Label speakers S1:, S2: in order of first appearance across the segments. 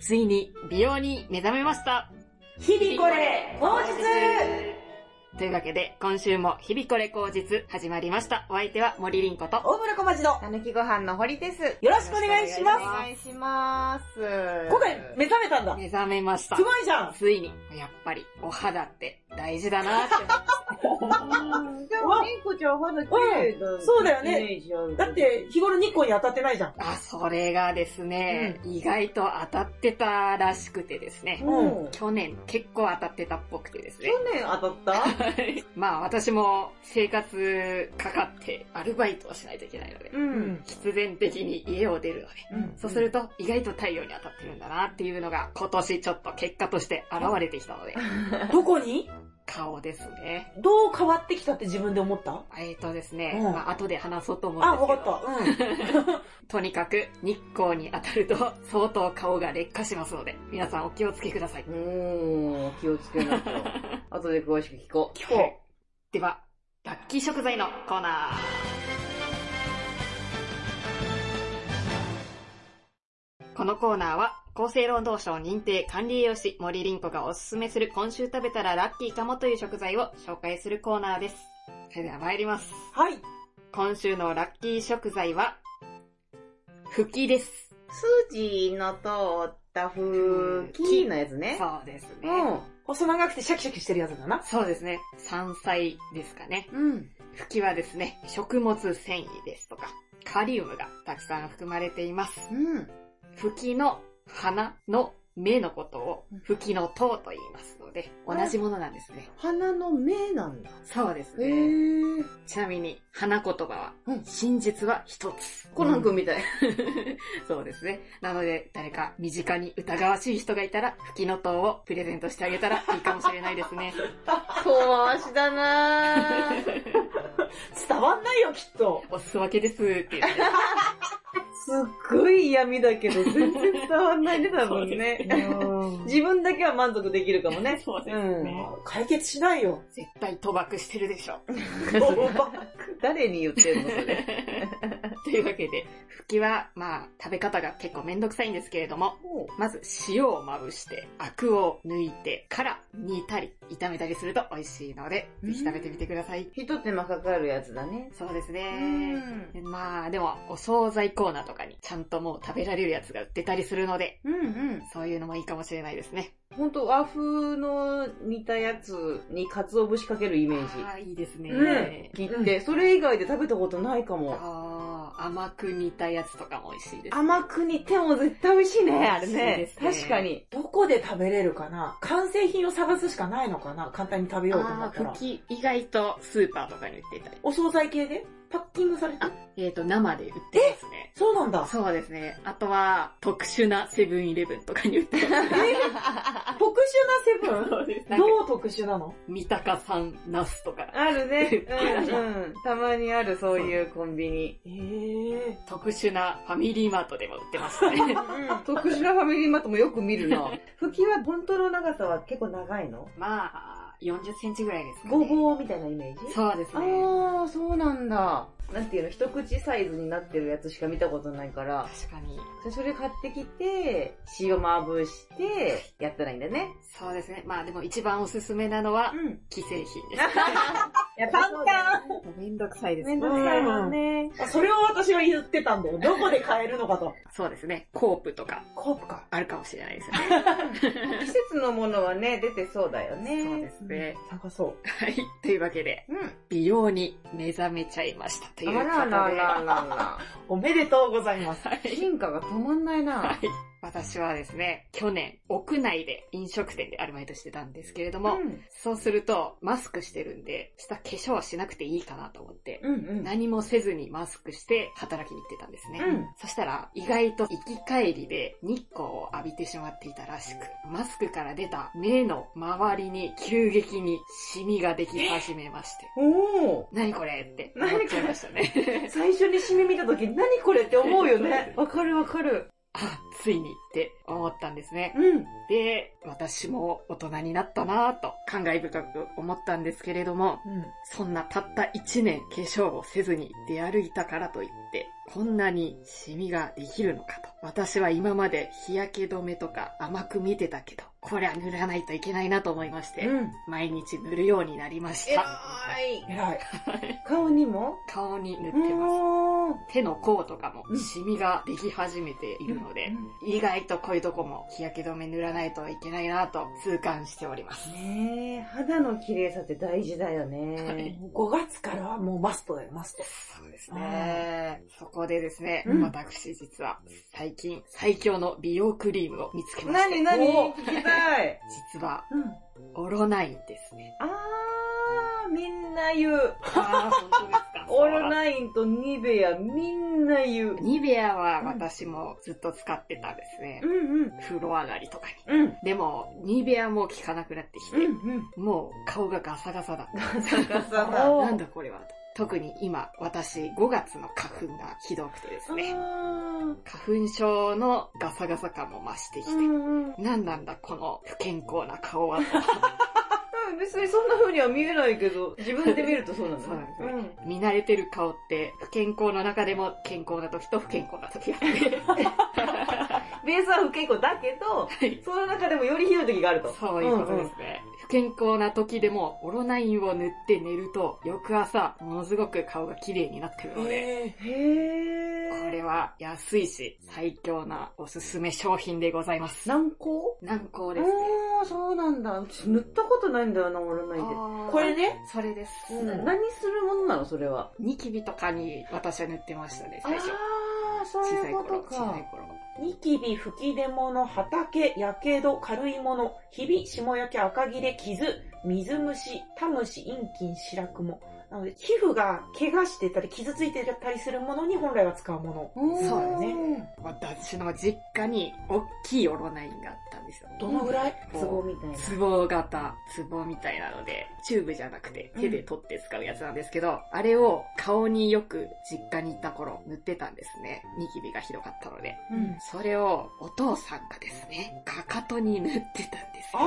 S1: ついに美容に目覚めました
S2: 日々これ、口実
S1: というわけで、今週も日々これ口実始まりました。お相手は森凛子と、
S2: 大村小町の、
S3: たぬきご飯の堀です。よ
S2: よろしくお願いします
S3: お。願いします。
S2: 今回、目覚めたんだ。
S1: 目覚めました
S2: す。ごいじゃん。
S1: ついに、やっぱり、お肌って大事だなって思いました。
S3: でも、りんこちゃん肌綺麗だ、
S2: そうだよね
S3: イメージある
S2: だって、日頃日光に当たってないじゃ ん。
S1: あ、それがですね、意外と当たってたらしくてですね、
S2: うん
S1: 去年結構当たってたっぽくてです
S3: 去
S1: ね、
S3: 年当たった
S1: まあ私も生活かかってアルバイトをしないといけないので、
S3: う
S2: う。
S1: 必然的に家を出るので、
S3: うん
S1: そうすると意外と太陽に当たってるんだなっていうのが今年ちょっと結果として現れてきたので、
S2: どこに
S1: 顔ですね。
S2: どう変わってきたって自分で思った
S1: えっ、とですね、
S2: うん
S1: まあ後で話そうと思うん
S2: あ、
S1: ですけど、
S2: わかった。うん。
S1: とにかく日光に当たると相当顔が劣化しますので、皆さんお気をつけください。
S3: おー、気をつけ ないと。後で詳しく聞こう。
S2: 聞こ
S1: では、ラッキー食材のコーナー。このコーナーは、厚生労働省認定管理栄養士森凛子がおすすめする今週食べたらラッキーかもという食材を紹介するコーナーです。それでは参ります。
S2: う。はい。
S1: 今週のラッキー食材は、ふきです。
S3: 筋の通った風紀のやつね。
S1: そうですね。
S2: 細長くてシャキシャキしてるやつだな。
S1: そうですね。山菜ですかね。
S3: うん。うん。
S1: ふきはですね、食物繊維ですとか、カリウムがたくさん含まれています。
S3: うん。
S1: フキの花の芽のことを、フキの塔と言いますので、同じものなんですね。
S3: 花の芽なんだ。
S1: そうです
S3: へ
S1: ね。
S3: ー。
S1: ちなみに、花言葉は
S3: うん、
S1: 真実は一つ。
S3: コナン君みたい。
S1: そうですね。なので、誰か身近に疑わしい人がいたら、フキの塔をプレゼントしてあげたらいいかもしれないです ね。
S3: 遠回しだなぁ。
S2: 伝わんないよ、きっと。
S1: おすわけですって言 って。
S3: すっごい嫌味だ けど、全然伝わんないね、多分ね。自分だけは満足できるかもね。
S1: そうです
S3: うん
S1: ね。
S2: 解決しないよ。
S1: 絶対賭博してるでしょ。
S3: 誰に言ってんの、それ。
S1: というわけで、フキは、まあ、食べ方が結構めんどくさいんですけれども、まず塩をまぶして、アクを抜いてから煮たり、炒めたりすると美味しいので、
S3: うん
S1: ぜひ食べてみてください。
S3: ひと手間かかるやつだね。
S1: そうです
S3: う
S1: ね。
S3: ん。
S1: まあ、でも、お惣菜コーナーとかにちゃんともう食べられるやつが売ってたりするので、
S3: うんうん。
S1: そういうのもいいかもしれないですね。
S3: ほんと和風の煮たやつに鰹節かけるイメージ。
S1: ああ、いいですね。
S3: ね切って、それ以外で食べたことないかも。
S1: ああ、甘く煮たやつとかも美味しいです。
S3: 甘く煮ても絶対美味しいね、あれ
S1: 美味
S3: ね
S1: し。いですね
S3: 確かに。
S2: どこで食べれるかな完成品を探すしかないのかな簡単に食べようと思
S1: ああ
S2: った
S1: ー、
S2: ら
S1: ふ。き、意外とスーパーとかに売ってたり。
S2: お惣菜系でパッキングされてる
S1: えっ、と、生で売ってますね。
S2: そうなんだ。
S1: そうですね。あとは、特殊なセブンイレブンとかに売って ます。
S2: 特殊なセブン
S1: うです
S2: どう特殊なの
S1: 三鷹さん、ナスとか、
S3: あるね。うんうん。 たまにある、そういうコンビニ。
S2: ええ
S1: 特殊なファミリーマートでも売ってます ね。
S3: 特殊なファミリーマートもよく見るな。 吹きは本当の長さは結構長いの
S1: まあ、40センチぐらいですかね。
S3: ごぼうみたいなイメージ
S1: そうですね。
S3: ああ、そうなんだ。なんていうの、一口サイズになってるやつしか見たことないから、
S1: 確かに。
S3: それ買ってきて、塩まぶして、やったらいいんだね。
S1: そうですね。まあでも一番おすすめなのは、
S3: ん。
S1: 既製品で
S3: や
S2: 簡単
S1: す。めんどくさいです
S3: めんど
S2: ど
S3: く
S2: く
S3: さ
S2: さ
S3: い
S2: い
S3: も
S2: も
S3: ん
S2: ん
S3: ね。
S2: それを私は言ってたんだよ。どこで買えるのかと。
S1: そうですね。コープとか
S2: コープか。
S1: あるかもしれないですよね。
S3: 季節のものはね、出てそうだよね。
S1: そうですね。
S2: 探そう。
S1: はい。というわけで、
S3: うん。
S1: 美容に目覚めちゃいました。というこ
S3: あ
S1: とで。
S3: らららら
S2: おめでとうございます。
S1: は
S3: ら。
S1: い。
S3: 進化が止まんないな。
S1: 私はですね、去年、屋内で飲食店でアルバイトしてたんですけれど
S3: う
S1: も、
S3: ん。
S1: そうすると、マスクしてるんで、下化粧はしなくていいかなと思って、
S3: うんうん。
S1: 何もせずにマスクして働きに行ってたんですね。
S3: うん
S1: そしたら、意外と行き帰りで日光を浴びてしまっていたらしく、マスクから出た目の周りに急激にシミができ始めまして、
S3: おー。
S1: 何これって思っちゃいましたね。
S3: 最初にシミ見た時、何これって思うよね。わかるわかる。
S1: あ、ついにって思ったんですね。
S3: うん。
S1: で、私も大人になったなぁと感慨深く思ったんですけれども、
S2: うん。
S1: そんなたった1年化粧をせずに出歩いたからといって、こんなにシミができるのかと。私は今まで日焼け止めとか甘く見てたけど、これは塗らないといけないなと思いまして、
S3: うん。
S1: 毎日塗るようになりまし
S3: えら
S1: た。
S3: い。
S2: 偉い。
S3: 顔にも
S1: 顔に塗っ
S3: う
S1: てます。
S3: ーん
S1: 手の甲とかも
S3: うん
S1: シミができ始めているので、意外とこういうとこも日焼け止め塗らないといけないなと痛感しております。
S3: ねえ、肌の綺麗さって大事だよ
S1: はい
S3: ね。
S2: 5月からはもうマストだよ、マスト。
S1: そうですね。そこでですね、
S3: うん
S1: 私実は最近最強の美容クリームを見つけました。
S3: 何何
S1: お
S3: 聞きたい。
S1: 実は
S3: うん。
S1: オロナインですね。
S3: あー、みんな言う。
S1: ああ、本当 ですか
S3: オールナインとニベアみんな言う。
S1: ニベアは私もずっと使ってたですね
S3: う。んうん。
S1: 風呂上がりとかに。
S3: うん。
S1: でも、ニベアも効かなくなってきて、
S3: うんうん。
S1: もう顔がガサガサだ。
S3: ガサガサ だ。
S2: お
S1: なんだこれはと。特に今、私、5月の花粉がひどくてですね。
S3: あ
S1: 花粉症のガサガサ感も増してき
S3: ー
S1: て、
S3: うんうん。
S1: なんなんだこの不健康な顔はと。
S3: うん別にそんな風には見えないけど、自分で見るとそうなんだ
S1: そうなんですね
S3: うん
S1: 見慣れてる顔って、不健康の中でも健康な時と不健康な時があって、
S3: ベースは不健康だけど、
S1: い
S3: その中でもよりひどい時があると。
S1: そういうことですね。不健康な時でも、オロナインを塗って寝ると、翌朝、ものすごく顔が綺麗になってるので、
S2: え
S3: うんうん。へー。
S1: これは安いし、最強なおすすめ商品でございます。
S3: 軟膏
S1: 難航ですね。
S3: おー、そうなんだ。私塗ったことないんだよな、オールナインで。
S1: こ
S2: これ、ね、
S1: それです。
S3: うん何するものなの、それは。
S1: ニキビとかに私は塗ってましたね、
S3: あ
S1: 最初。
S3: ー、そう
S1: 小さ
S3: い
S1: いう
S3: こ
S1: 頃
S3: と、
S1: 小さ
S3: か
S1: い。頃。
S2: ニキビ、吹き出物、畑、やけど、軽いもの、ひび、霜焼け、赤切れ、傷、水虫、タムシ、陰菌、白雲。なので、皮膚が怪我してたり、傷ついてたりするものに本来は使うもの。
S1: そう
S2: だ
S3: ね。
S1: 私の実家に大きいオロナインがあったんですよ。
S2: どのぐらい
S3: ツボみたいな。
S1: ツボ型、ツボみたいなので、チューブじゃなくて手で取って使うやつなんですけど、あれを顔によく実家に行った頃塗ってたんですね。ニキビがひどかったので。
S2: うん。
S1: それをお父さんがですね、かかとに塗ってたんですよ。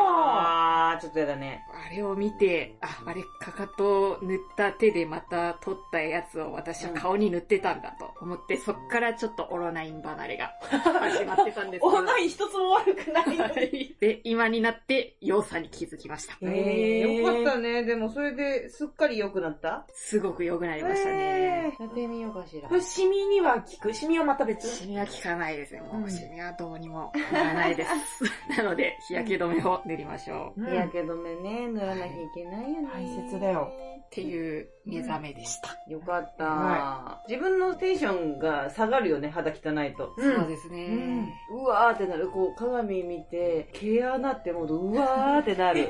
S2: あ
S3: あー、ちょっとやだね。
S1: あれを見て、あ、あれ、かかとを塗った手でまた取ったやつを私は顔に塗ってたんだと思って、そっからちょっとオロナイン離れ が始まってたんです
S2: オンライン一つも悪くないのに。
S1: は いで、今になって、良さに気づきました。
S2: へー
S3: よかったね。でも、それですっかり良くなった
S1: すごく良くなりましたね。
S3: やってみようかしら
S2: これシミには効くシミはまた別
S1: シミは効かないですね。も
S2: う
S1: う、
S2: ん
S1: シミはどうにもならない です。なので、日焼け止めを塗りましょう。
S2: うん
S3: 日焼け止めね、塗らなきゃいけないよね。
S2: はい大切だよ。
S1: っていう目覚めでした。
S3: よかった、
S2: は
S3: 自分のテンションが下がるよね、肌汚いと。
S2: うん
S1: そうですね。
S2: うん
S3: うわーってなる。こう、鏡見て、毛穴ってもう、うわーってな る。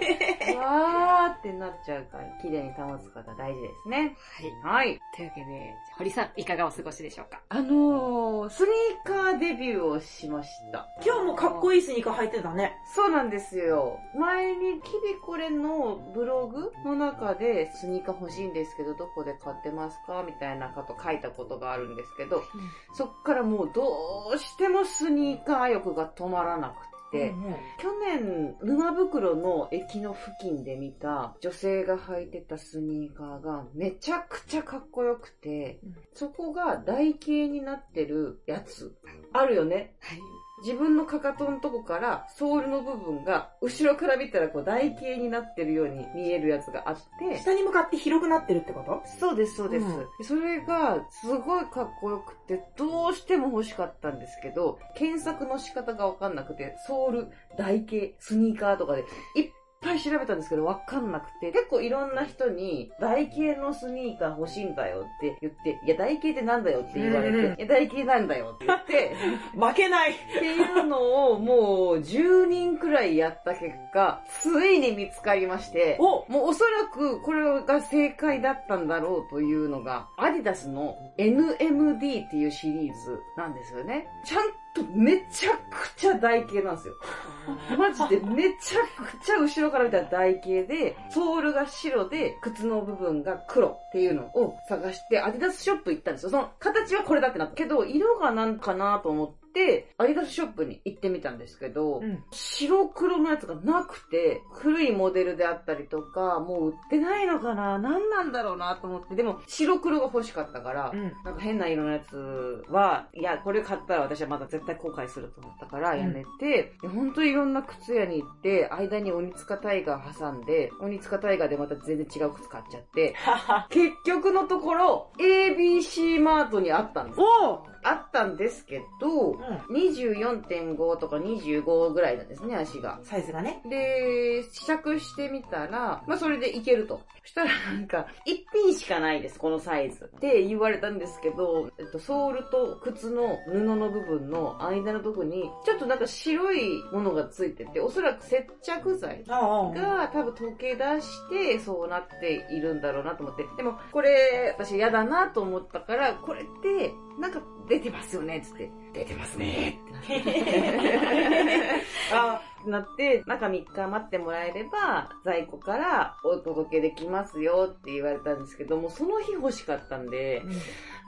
S3: うわーってなっちゃうから、綺麗に保つ方大事ですね。
S1: はい。
S3: はい。
S1: というわけで、堀さん、いかがお過ごしでしょうか
S3: あのー、スニーカーデビューをしました。
S2: 今日もかっこいいスニーカー履いてたね。
S3: そうなんですよ。前にキビコレのブログの中でスニーカー欲しいんですけどどこで買ってますかみたいなこと書いたことがあるんですけど、そっからもうどうしてもスニーカー欲が止まらなくて、
S2: うんうん
S3: 去年沼袋の駅の付近で見た女性が履いてたスニーカーがめちゃくちゃかっこよくて
S2: うん、
S3: そこが台形になってるやつ、あるよね。
S1: はい。
S3: 自分のかかとのとこからソールの部分が後ろから見たらこう台形になってるように見えるやつがあって、
S2: 下に向かって広くなってるってこと
S3: そうです、そうです、
S2: うん
S3: それがすごいかっこよくて、どうしても欲しかったんですけど、検索の仕方がわかんなくて、ソール、台形、スニーカーとかでいっぱい調べたんですけど、わかんなくて、結構いろんな人に、台形のスニーカー欲しいんだよって言って、いや、台形ってなんだよって言われて、
S2: うんうん
S3: いや、台形なんだよって言って、
S2: 負けない
S3: っていうのをもう10人くらいやった結果、ついに見つかりまして、
S2: お
S3: もうおそらくこれが正解だったんだろうというのが、アディダスの NMD っていうシリーズなんですよね。ちゃんとめちゃくちゃ台形なんですよ。マジでめちゃくちゃ後ろから見たら台形で、ソールが白で、靴の部分が黒っていうのを探して、アディダスショップ行ったんですよ。その形はこれだってなったけど、色がなんかなと思って、って、アディダスショップに行ってみたんですけど、
S2: うん。
S3: 白黒のやつがなくて、古いモデルであったりとか、もう売ってないのかな何なんだろうなと思って、でも白黒が欲しかったから
S2: う、ん。
S3: なんか変な色のやつは、いや、これ買ったら私はまだ絶対後悔すると思ったからやめて、でほんといろんな靴屋に行って、間に鬼塚タイガー挟んで、鬼塚タイガーでまた全然違う靴買っちゃって、
S2: はは。
S3: 結局のところ、ABC マートにあったんで す。
S2: おう
S3: あったんですけど、
S2: う
S3: 24.5とか25ぐらいなんですね、足が。
S2: ん。サイズがね。
S3: で、試着してみたら、まあ、それでいけると。そしたらなんか、一品しかないです、このサイズ。って言われたんですけど、えっと、ソールと靴の布の部分の間のとこに、ちょっとなんか白いものがついてて、おそらく接着剤
S2: ああ。うん
S3: が多分溶け出してそうなっているんだろうなと思って。でも、これ、私嫌だなと思ったから、これって、なんか出てますよね、つって。出てますね、って。
S2: あ
S3: なって、中3日待ってもらえれば、在庫からお届けできますよって言われたんですけども、その日欲しかったんで、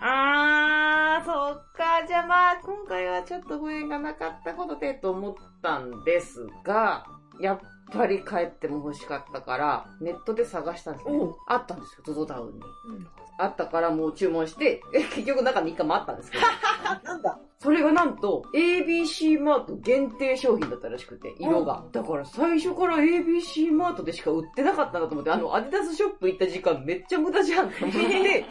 S3: あー、そっか、じゃあまあ、今回はちょっとご縁がなかったことでと思ったんですが、やっぱり帰っても欲しかったから、ネットで探したんですね
S2: おう。
S3: あったんですよ、ゾゾタウンに。
S2: うん
S3: あったからもう注文して、え結局中3日待ったんですけど。
S2: あ、なんだ。
S3: それがなんと、ABC マート限定商品だったらしくて、色が
S2: う。ん
S3: だから最初から ABC マートでしか売ってなかったなと思って、あの、アディダスショップ行った時間めっちゃ無駄じゃんと思 って、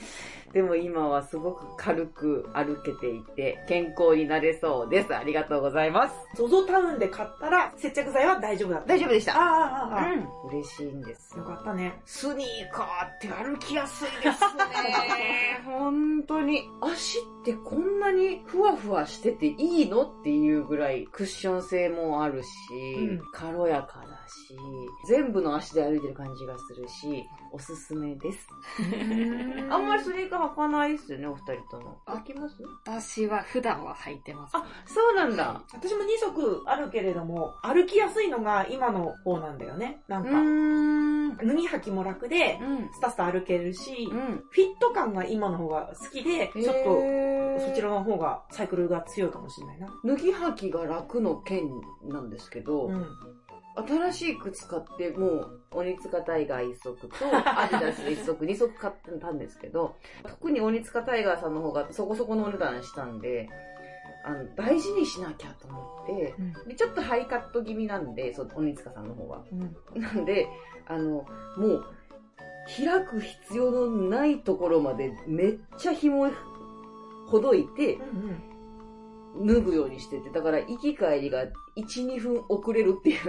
S3: でも今はすごく軽く歩けていて、健康になれそうです。ありがとうございます。
S2: ゾゾタウンで買ったら接着剤は大丈夫だった。
S3: 大丈夫でし
S2: ああ
S3: た。、
S2: ああ、あ
S3: うん。嬉しいんです
S2: あ。よ
S3: よ。
S2: かったね。
S3: スニーカーって歩きやすいですね。本当に。足ってこんなにふわふわしてていいのっていうぐらいクッション性もあるし、
S2: うん
S3: 軽やかだし、全部の足で歩いてる感じがするし、おすすめです。あんまりスニーカー履かないですよね、お二人とも。履きます
S1: 私は普段は履いてます。
S3: あ、そうなんだ。
S2: 私も2足あるけれども、歩きやすいのが今の方なんだよね。な
S3: うんー
S2: か、
S3: ん。うん。
S2: 脱ぎ履きも楽で、スタスタ歩けるし、
S3: う
S2: フ
S3: ん。
S2: ィット感が今の方が好きで、ちょっと、そちらの方がサイクルが強いかもしれないな。
S3: 脱ぎ履きが楽の件なんですけど、
S2: うん。
S3: 新しい靴買って、もう、鬼塚タイガー一足と、アディダス一足、二足買ってたんですけど、特に鬼塚タイガーさんの方がそこそこのお値段したんで、あの、大事にしなきゃと思って、
S2: うん
S3: で、ちょっとハイカット気味なんで、そう、鬼塚さんの方は。
S2: うん。
S3: なんで、あの、もう、開く必要のないところまでめっちゃ紐ほどいて、
S2: うん。
S3: 脱ぐようにしてて、だから行き帰りが1、2分遅れるって いう。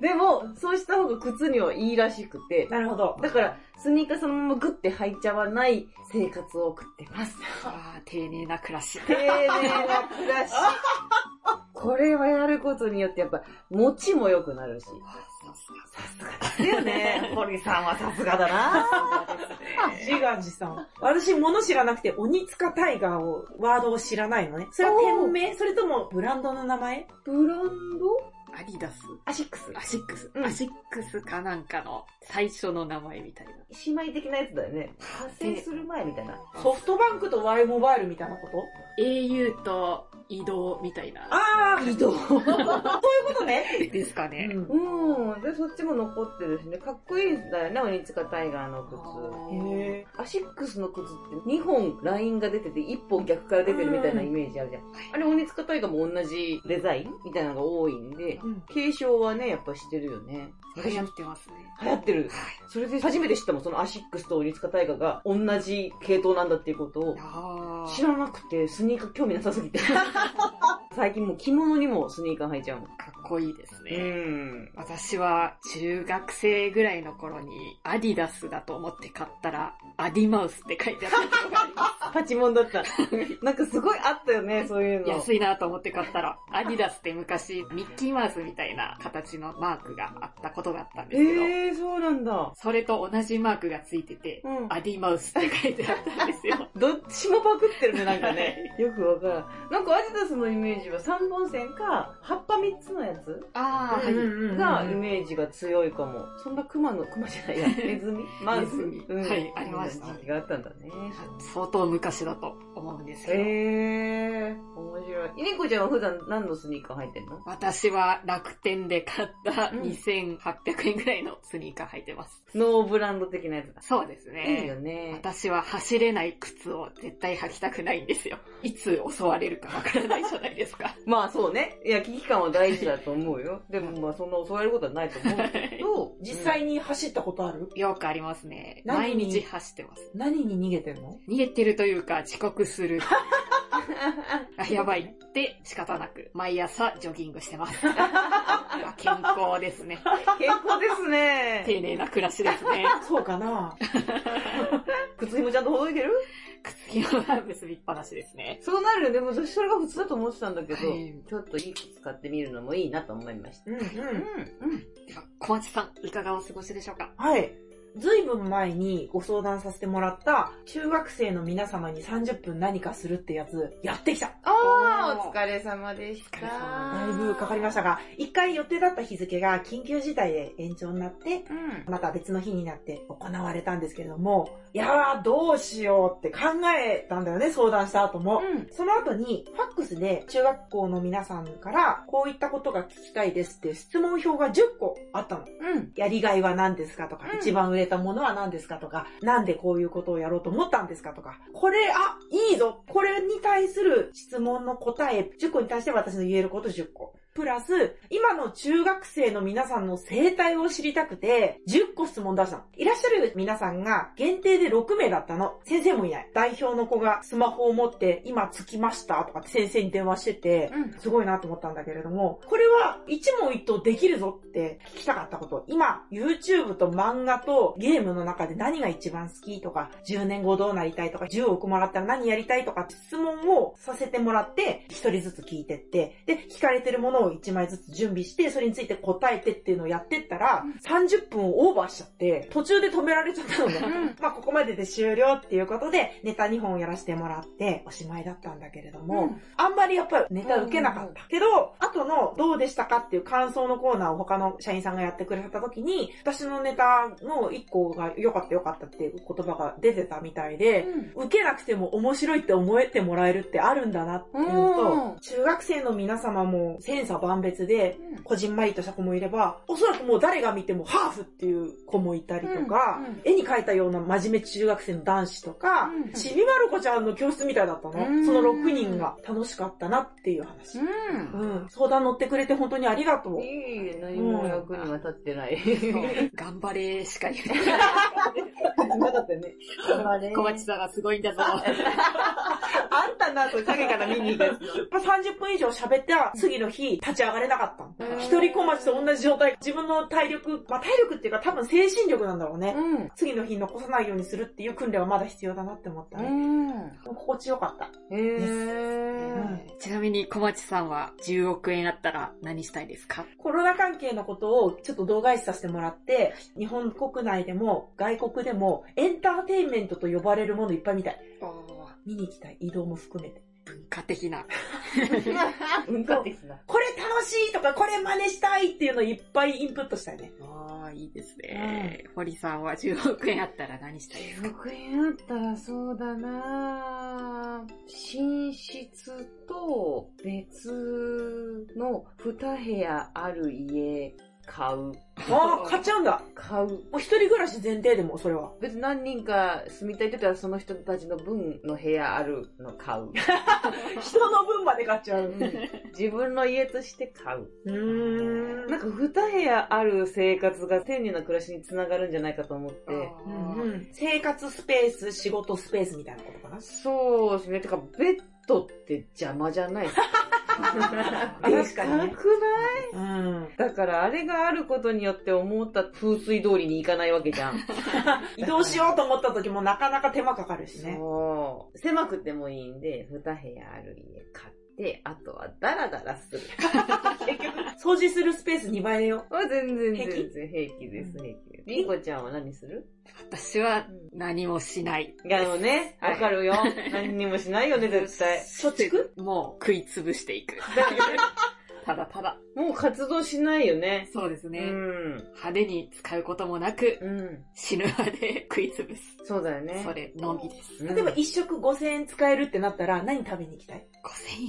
S3: でも、そうした方が靴にはいいらしくて、
S2: なるほど。
S3: だから、スニーカーそのままグッて履いちゃわない生活を送ってます。
S1: ああ、丁寧な暮らし。
S3: 丁寧な暮らし。 これはやることによってやっぱ、持ちも良くなるし。さすがですよね。堀さんはさすがだな。
S2: ジガジさん。私、物知らなくて、鬼塚タイガーを、ワードを知らないのね。それは店名それとも、ブランドの名前
S3: ブランド
S1: アディダス、
S3: アシックス。
S1: アシックス、
S3: うん
S1: アシックスかなんかの最初の名前みたいな。
S3: 姉妹的なやつだよね。発生する前みたいな。
S2: ソフトバンクと Y モバイルみたいなこと
S1: au と移動みたいな。
S2: あ
S3: 移動。
S2: そういうことね。
S1: ですかね。
S2: うん
S3: うん。で、そっちも残ってるしね。かっこいいんだよね、鬼塚タイガーの靴。
S1: へー
S2: へ
S3: アシックスの靴って2本ラインが出てて1本逆から出てるみたいなイメージあるじゃん。あれ、鬼塚タイガーも同じデザインみたいなのが多いんで
S2: ー、うん
S3: 継承はね、やっぱしてるよね。
S1: 流
S3: 私
S1: 行
S3: も
S1: ってますね。
S3: 流行ってる。それで初めて知ったもん、そのアシックスと鬼塚タイガーが同じ系統なんだっていうことを。
S1: ああ。
S3: 知らなくて、スニーカー興味なさす ぎて。最近もう着物にもスニーカー履いちゃうもん。
S1: かっこいいですね。
S3: ん。
S1: 私は中学生ぐらいの頃にアディダスだと思って買ったら、アディマウスって書いてあっ
S3: パチモンだった。なんかすごいあったよね、そういうの。
S1: た。安いなと思って買ったら、アディダスって昔ミッキーマウスみたいな形のマークがあったことがあったんですけど、
S3: ええー、そうなんだ。
S1: それと同じマークがついてて、
S3: うん。
S1: アディマウスって書いてあったんです よ。
S3: どっちもパクってるね、なんかね。よくわからん。なんかアディダスのイメージは3本線か、葉っぱ3つのやつ
S1: ああ、
S3: うん
S1: は
S3: がイメージが強いかも。そんな熊の、熊じゃないや、ネズミマウス
S1: ネズミ
S3: うん
S1: はいありました
S3: そんな時期があったんだね。
S1: い。相当昔だと思うんですけど。
S3: へえー、面白い。猫ちゃんは普段何のスニーカー履いてんの
S1: 私は楽天で買った
S3: うん
S1: 2800円ぐらいのスニーカー履いてます。
S3: ノーブランド的なやつだ。
S1: そうですね。
S3: いいよね。
S1: 私は走れない靴を絶対履きたくないんですよ。いつ襲われるかわからないじゃないです か。
S3: まあそうね。いや、危機感は大事だと思うよ。でもまあそんな襲われることはないと思う けど、
S2: 実際に走ったことある
S1: よくありますね。
S2: 何
S1: 毎
S2: に
S1: 日走ってます。
S2: 何に逃げてんの
S1: 逃げてるというか遅刻する。あやばいって仕方なく、毎朝ジョギングしてます。 あ健康ですね。
S3: 健康ですね。
S1: 丁寧な暮らしですね。
S2: そうかな
S3: 靴紐ちゃんとほどいてる
S1: 靴ひもは結びっぱなしですね。
S3: そうなるよね。もう私それが普通だと思ってたんだけど、
S1: はい
S3: ちょっといい靴買ってみるのもいいなと思いました。
S2: うんう
S3: う
S2: ん。
S3: んうん。
S1: では、小町さん、いかがお過ごしでしょう か
S2: はい。ずいぶん前にご相談させてもらった、中学生の皆様に30分何かするってやつ、やってきた
S3: あ
S1: おー
S3: ー、お疲れ様でし
S1: お疲
S3: た。
S1: れ様
S2: だいぶかかりましたが、一回予定だった日付が緊急事態で延長になって、
S3: うん。
S2: また別の日になって行われたんですけれども、いやーどうしようって考えたんだよね、相談した後も。
S3: うん。
S2: その後に、ファックスで中学校の皆さんから、こういったことが聞きたいですって質問票が10個あったの。
S3: うん。
S2: やりがいは何ですかとか、
S3: うん
S2: 一番売れたものは何ですかとか、なんでこういうことをやろうと思ったんですかとか、これ、あ、いいぞこれに対する質問の答え、10個に対して私の言えること10個。プラス、今の中学生の皆さんの生態を知りたくて、10個質問出したの。いらっしゃる皆さんが限定で6名だったの。先生もいない。代表の子がスマホを持って、今着きましたとかって先生に電話してて、
S3: うん。
S2: すごいなと思ったんだけれども、これは一問一答できるぞって聞きたかったこと。今、YouTube と漫画とゲームの中で何が一番好きとか、10年後どうなりたいとか、10億もらったら何やりたいとか、質問をさせてもらって、一人ずつ聞いてって、で、聞かれてるものを一枚ずつ準備して、それについて答えてっていうのをやってったら、30分をオーバーしちゃって、途中で止められちゃったのね。まあ、ここまでで終了っていうことで、ネタ2本やらせてもらって、おしまいだったんだけれども、あんまりやっぱりネタ受けなかった。けど、後のどうでしたかっていう感想のコーナーを他の社員さんがやってくれた時に、私のネタの一個が良かった良かったっていう言葉が出てたみたいで、
S3: うん。
S2: 受けなくても面白いって思えてもらえるってあるんだなっていうの
S3: うん
S2: と、中学生の皆様も千差万別で、
S3: うん
S2: こじんまりとした子もいれば、おそらくもう誰が見てもハーフっていう子もいたりとか、
S3: うんうん
S2: 絵に描いたような真面目中学生の男子とか、
S3: うん
S2: ちびまる子ちゃんの教室みたいだったの。
S3: うん
S2: その6人が楽しかったなっていう話。
S3: う
S2: うん。相談乗ってくれて本当にありがとう。
S3: ん。いい、何も役には立ってない。立
S1: 頑張れしか言えない。
S3: ってね。あれ
S1: 小町さんがすごいんだぞ。
S3: あったな、と影から見に行くやつ。
S2: やっぱ30分以上喋っては次の日立ち上がれなかったの
S3: うん
S2: 一人小町と同じ状態。自分の体力、まあ体力っていうか多分精神力なんだろうね。
S3: うん。
S2: 次の日残さないようにするっていう訓練はまだ必要だなって思ったね。
S3: うん。
S2: 心地よかった。
S3: へ ー。
S1: ちなみに小町さんは10億円あったら何したいですか
S2: コロナ関係のことをちょっと動画視させてもらって、日本国内でも外国でもエンターテインメントと呼ばれるものいっぱい見たい。見に行きたい。移動も含めて。
S1: 文化的な。
S3: うんかですな。
S2: これ楽しいとか、これ真似したいっていうのをいっぱいインプットしたい ね。
S1: ああ、いいですね。堀さんは10億円あったら何したいですか
S3: 6円あったらそうだなぁ寝室と別の2部屋ある家買う。
S2: ああ、買っちゃうんだ。
S3: 買う。
S2: もう一人暮らし前提でも、それは。
S3: 別に何人か住みたいって言ったらその人たちの分の部屋あるの買う。
S2: 人の分まで買っちゃ
S3: う
S2: う。
S3: ん自分の家として買う。
S2: うーん。
S3: なんか2部屋ある生活が丁寧な暮らしにつながるんじゃないかと思って。
S2: うん
S1: う
S2: うんん、生活スペース、仕事スペースみたいなことかな。
S3: そうですね。てか、ベッドって邪魔じゃないですか。
S2: 確かにね
S3: でくない
S2: うん。
S3: だから、あれがあることによって思った風水通りに行かないわけ じゃん。
S2: 移動しようと思った時もなかなか手間かかるしね。
S3: そう。狭くてもいいんで、二部屋ある家買って、あとはダラダ ラする。結局、
S2: 掃除するスペース2倍だよ。
S3: あ全然
S2: 平気
S3: 全然平気です、
S2: うん
S3: 平気です。りんこちゃんは何する
S1: 私は何もしない。
S3: いや、あのね、
S1: はい
S3: わかるよ。何にもしないよね、絶対。
S2: 貯蓄
S1: もう食いつぶしていく。 ただただ。
S3: もう活動しないよね。
S1: そうですね。
S3: うん。
S1: 派手に使うこともなく、
S3: うん。
S1: 死ぬまで 食いつぶす。
S3: そうだよね。
S1: それのみです。
S3: うん
S2: 例えば一食5000円使えるってなったら何食べに行きたい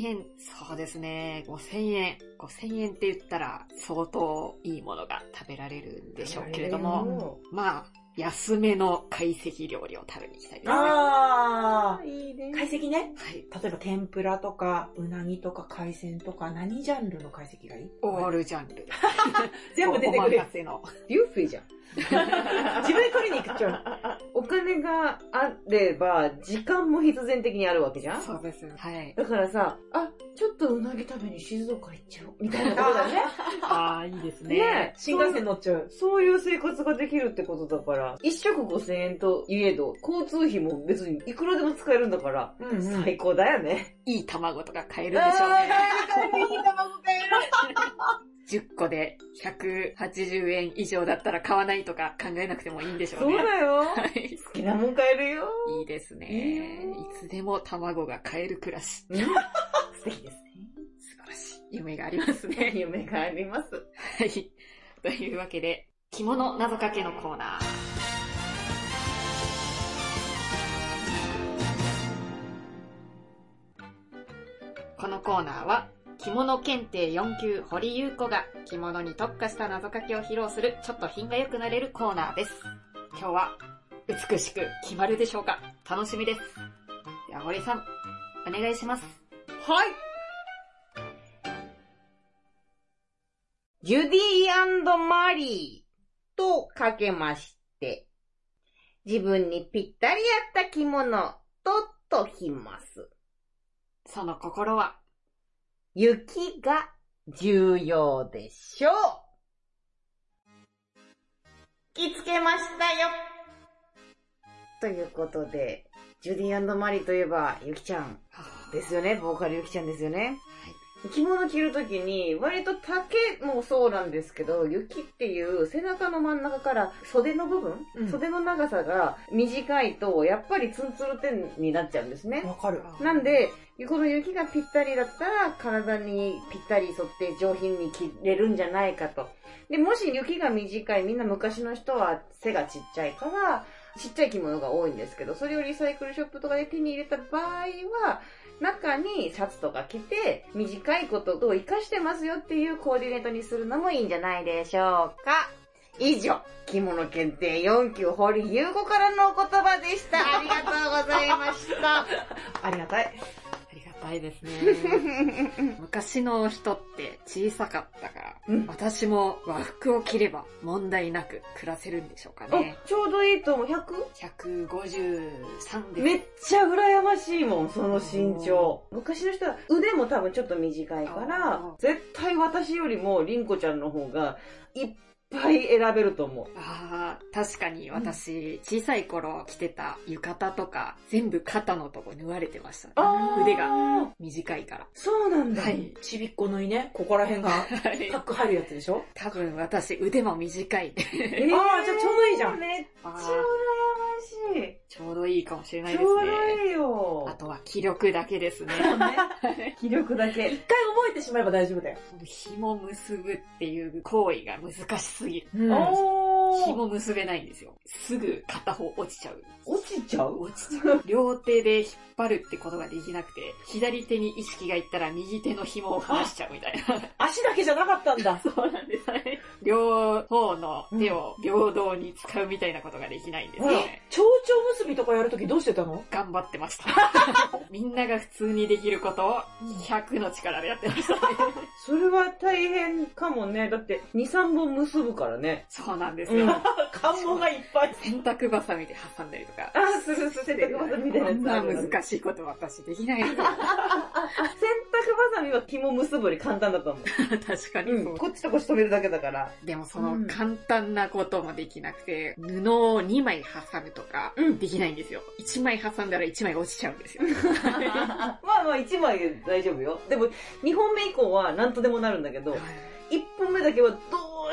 S1: 5000円。そうですね。5000円。5000円って言ったら相当いいものが食べられるんでしょうけれど
S2: 食べられるも
S1: も、
S2: の
S1: まあ、安めの懐石料理を食べに行きたいですね。は
S2: あ
S3: いいね
S2: ー。解析ね。
S1: い。
S2: 例えば天ぷらとか、うなぎとか海鮮とか、何ジャンルの解析がいい
S1: オールジャンル。
S2: 全部出てくる
S1: お
S2: や
S1: 任せの。
S3: ビュッフェじゃん。
S2: つ。自分で取りに行くっちゃう。
S3: お金があれば、時間も必然的にあるわけじゃん
S1: そうです。はい。
S3: だからさ、あ、ちょっとうなぎ食べに静岡行っちゃおう。みたいなことだよね。
S1: ああ、いいですね。
S3: ね
S2: 新幹線乗っちゃう。
S3: そういう生活ができるってことだから、一食五千円といえど、交通費も別にいくらでも使えるんだから、
S2: うんうん
S3: 最高だよね。
S1: いい卵とか買え
S3: い
S1: るんでしょうね。
S3: い卵買え る。
S1: 10個で180円以上だったら買わないとか考えなくてもいいんでしょう
S3: そう
S1: ね。
S3: だよ。
S1: はい。
S3: 好きなもん買えるよ。
S1: いいですね。いつでも卵が買える暮らし。
S3: うん素敵です
S1: 素晴らしい。夢があります
S3: ね。
S1: ね。
S3: 夢があります。
S1: はい。というわけで、着物謎かけのコーナー。このコーナーは、着物検定4級堀優子が着物に特化した謎かけを披露するちょっと品が良くなれるコーナーです。今日は、美しく決まるでしょうか楽しみです。では堀さん、お願いします。
S3: はい。ジュディマリーとかけまして、自分にぴったり合った着物と解きます。
S1: その心は、
S3: 雪が重要でしょう。着付けましたよ。ということで、ジュディマリーといえば、ゆきちゃんですよね。ボーカルゆきちゃんですよね。
S1: はい
S3: 着物着るときに、割と丈もそうなんですけど、雪っていう背中の真ん中から袖の部分、
S2: うん
S3: 袖の長さが短いと、やっぱりツンツル点になっちゃうんですね。
S2: わかる。
S3: なんで、この雪がぴったりだったら、体にぴったり沿って上品に着れるんじゃないかと。で、もし雪が短い、みんな昔の人は背がちっちゃいから、ちっちゃい着物が多いんですけど、それをリサイクルショップとかで手に入れた場合は、中にシャツとか着て、短いことを活かしてますよっていうコーディネートにするのもいいんじゃないでしょうか。以上、着物検定4級堀優子からのお言葉でした。ありがとうございました。
S2: ありがたい。
S1: ありがたいですね。昔の人って小さかったから、
S3: うん
S1: 私も和服を着れば問題なく暮らせるんでしょうかね。
S3: あ、ちょうどいいと思う。100?
S1: 153です。
S3: めっちゃ羨ましいもん、その身長。昔の人は腕も多分ちょっと短いか
S1: あ
S3: ら
S1: ー、
S3: 絶対私よりもりんこちゃんの方がいっぱい選べると思う。
S1: ああ、確かに私、小さい頃着てた浴衣とか、全部肩のとこ縫われてましたね、
S3: あー
S1: 腕が短いから。
S3: そうなんだ。
S1: はい。
S2: ちびっこのいね、ここら辺が
S1: はい
S2: タック入るやつでしょ
S1: 多分私、腕も短い。
S3: あ
S2: あーじゃあちょうどいいじゃん
S3: めっちゃ
S1: あー
S3: 羨まし。
S1: ちょうどいいかもしれないい
S3: ち
S1: で
S3: ょ
S1: す
S3: う
S1: ね。
S3: どいいよ
S1: あ。とは気力だけですね。
S2: そうね。
S3: 気力だ
S2: 一
S3: け。
S2: 回覚えてしまえば大丈夫だよ。
S1: 紐結ぶっていう行為が難しすぎる。
S2: う
S3: おー
S1: 紐結べないんですよ。すぐ片方落ちちゃう。
S3: 落ちちゃう
S1: 落ちちゃう。両手で引っ張るってことができなくて、左手に意識がいったら右手の紐を離しちゃうみたいな。
S2: 足だけじゃなかったんだ。
S1: そうなんですね。両方の手を平等に使うみたいなことができないんですよね。
S2: 蝶々結びとかやるときどうしてたの
S1: 頑張ってました。 みんなが普通にできることを100の力でやってましたね。
S3: それは大変かもね。だって、2、3本結ぶからね。
S1: そうなんです
S3: うん。
S1: よ。
S3: あ、
S2: 関門がいっぱい。
S1: 洗濯バサミで挟んだりとか。
S3: するする、洗濯バサミみたい
S1: こ
S3: なやつ
S1: んな
S3: あるよね
S1: 難しいこと私でき ない。
S3: 洗濯バサミは紐結ぶより簡単だと思
S1: 確か
S3: う。
S1: にそう。
S3: こっちとこっち止めるだけだから。
S1: でもそ
S3: うん
S1: の簡単なこともできなくて、布を2枚挟むとか
S3: う、ん
S1: できないんですよ。1枚挟んだら1枚落ちちゃうんですよ。
S3: まあまあ1枚で大丈夫よ。でも2本目以降は何とでもなるんだけど、1本目だけはど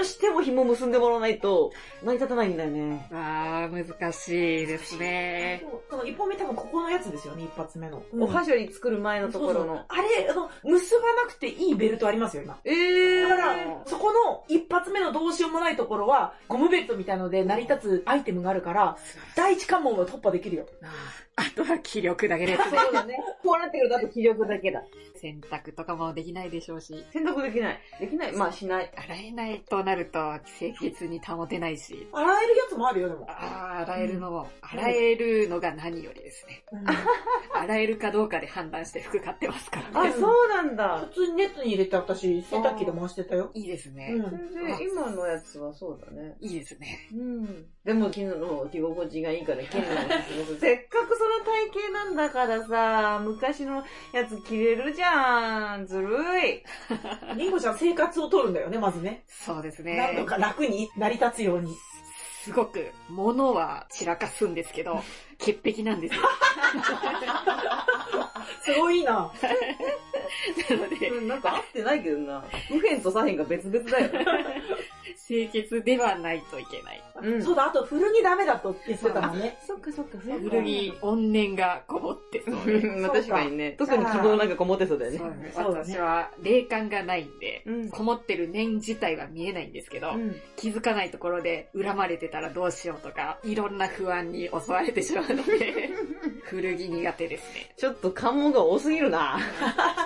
S4: うしても紐結んでもらわないと、成り立たないんだよね。
S1: わー、難しいですね。
S2: そうその一本目多分ここのやつですよね、一発目の。
S3: おはしょり作る前のところの。
S2: あれ、あの、結ばなくていいベルトありますよ、今。
S3: えー。
S2: だから、そこの一発目のどうしようもないところは、ゴムベルトみたいので成り立つアイテムがあるから、第一関門は突破できるよ。
S1: あーあとは気力だけですね。
S3: そうだね。こうなってくるとあと気力だけだ。
S1: 洗濯とかもできないでしょうし、
S3: 洗濯できない。できない。まあしない。
S1: 洗えないとなると清潔に保てないし、
S2: 洗えるやつもあるよ、でも。
S1: あー洗えるのも、洗えるのが何よりですね。洗えるかどうかで判断して服買ってますからね。
S3: あ、そうなんだ。
S2: 普通にネットに入れて私、洗濯機で回してたよ。
S1: いいですね。
S2: うん。
S3: 全然今のやつはそうだね。
S1: いいですね。
S3: うん。でも絹の着心地がいいから絹の着 心地。せっかくその体型なんだからさ、昔のやつ着れるじゃん。ずるい。
S2: リンゴちゃん生活を取るんだよね、まずね。
S1: そうです
S2: 何度
S1: ね。
S2: か楽に成り立つように。
S1: すごく、物は散らかすんですけど、潔癖なんですよ。
S2: すごいな。
S1: なので、
S3: なんか合ってないけどな。右辺と左辺が別々 だよ。
S1: 清潔ではないといけない。
S3: うん。
S2: そうだ、あと古着ダメだと言ってたもんね。
S3: そっかそっか、
S1: 古 着、怨念がこもってそうで
S3: うんまあ確かにね。
S4: 特に希望なんかこもってそうだよ
S1: す。
S4: ね。
S1: そうです
S2: そうだね
S1: 私は霊感がないんで、
S3: うん
S1: こもってる念自体は見えないんですけど、
S3: うん
S1: 気づかないところで恨まれてたらどうしようとか、いろんな不安に襲われてしまうので、古着苦手ですね。
S4: ちょっと関門が多すぎるな。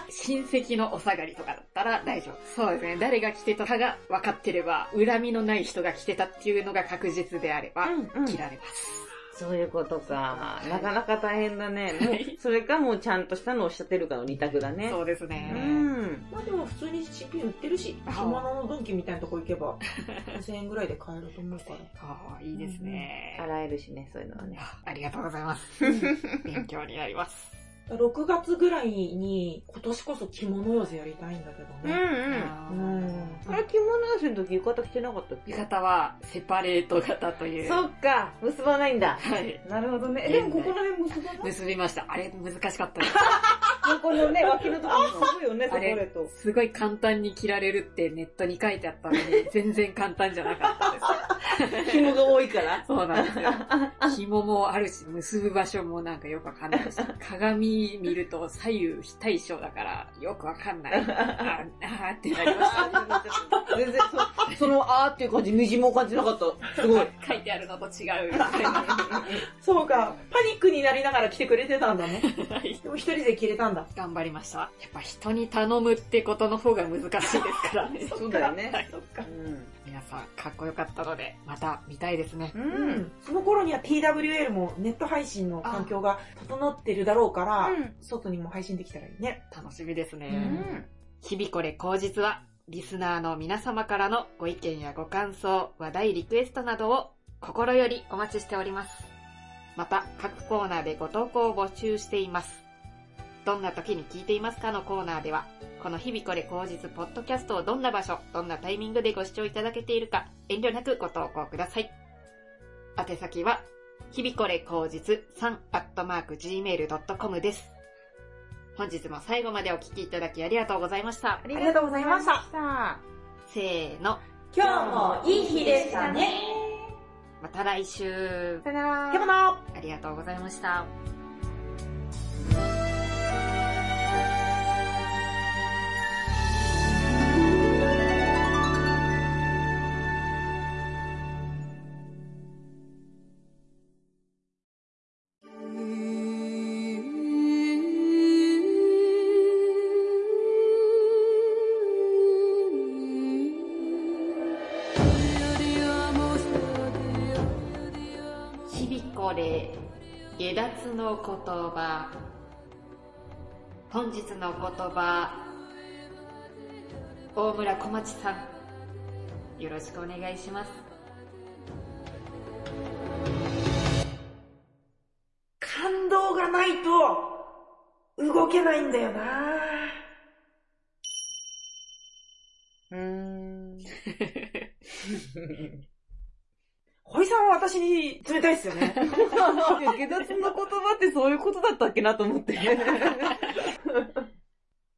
S1: 親戚のお下がりとかだったら大丈夫。そうですね。誰が来てたかが分かってれば、恨みのない人が来てたっていうのが確実であれば、
S3: うん
S1: 切られます。
S4: そういうことか
S1: い
S4: なかなか大変だね。も
S1: はいう
S4: それかもうちゃんとしたのを仕立てるかの二択だね。
S1: そうです
S4: う
S1: ね。
S4: ん。
S2: まあでも普通に新品売ってるし、
S1: あ
S2: 着物のドンキみたいなとこ行け ば、5000円ぐらいで買えると思うから。
S1: ああ、いいですね。
S4: 洗えるしね、そういうのはね。
S1: あありがとうございます。勉強になります。
S2: 6月ぐらいに、今年こそ着物寄せやりたいんだけど
S4: うんう
S2: ね。
S4: ん。
S1: あ
S2: う
S1: ー
S2: ん。
S4: あれ着物合わせの時浴衣着てなかったっ
S1: 浴
S4: け
S1: 衣はセパレート型という。
S4: そっか、結ばないんだ。
S1: はい。
S3: なるほどね。えでもここら辺結ばない
S1: 結びました。あれ難しかったで
S3: ここのね、脇のところに
S4: そうよ ね
S1: あれ
S4: レと。
S1: す。すごい簡単に着られるってネットに書いてあったのに、全然簡単じゃなかったです。
S4: 紐が多いから。
S1: そうなんですよ。紐もあるし、結ぶ場所もなんかよくわか んないし、鏡見ると左右非対称だから、よくわか んない。ああーってなりました。
S4: 全然そ、その、あーっていう感じ、みじも感じなかった。すごい。
S1: 書いてあるのと 違うみたいな。
S2: そうか、パニックになりながら来てくれてたんだね。
S1: はい
S2: でも一人で着れたんだ。
S1: 頑張りました。やっぱ人に頼むってことの方が難しいですからね。
S4: そうだよね
S1: はい。皆さん、かっこよかったので、また見たいですね
S4: う。。
S2: うんん。その頃には TWL もネット配信の環境が整ってるだろうから、
S4: うん
S2: 外にも配信できたらいいね。
S1: 楽しみですね。
S4: うん。
S1: 日々これ口実は、リスナーの皆様からのご意見やご感想、話題リクエストなどを心よりお待ちしております。また、各コーナーでご投稿を募集しています。どんな時に聞いていますかのコーナーでは、この日々これ口実ポッドキャストをどんな場所、どんなタイミングでご視聴いただけているか、遠慮なくご投稿ください。宛先は、日々これ口実3 gmail.com です。本日も最後までお聞きいただきありがとうございました。
S2: ありがとうございました。
S4: した。
S1: せーの、
S2: 今日もいい日でしたね。
S1: また来週。
S3: さよなら
S2: でもな
S1: ありがとうございました。日々これ下脱の言葉本日の言葉大村小町さんよろしくお願いします
S2: 感動がないと、動けないんだよな
S3: うー ん。
S2: 堀さんは私に冷たいっすよね。
S4: 下脱の言葉ってそういうことだったっけなと思って。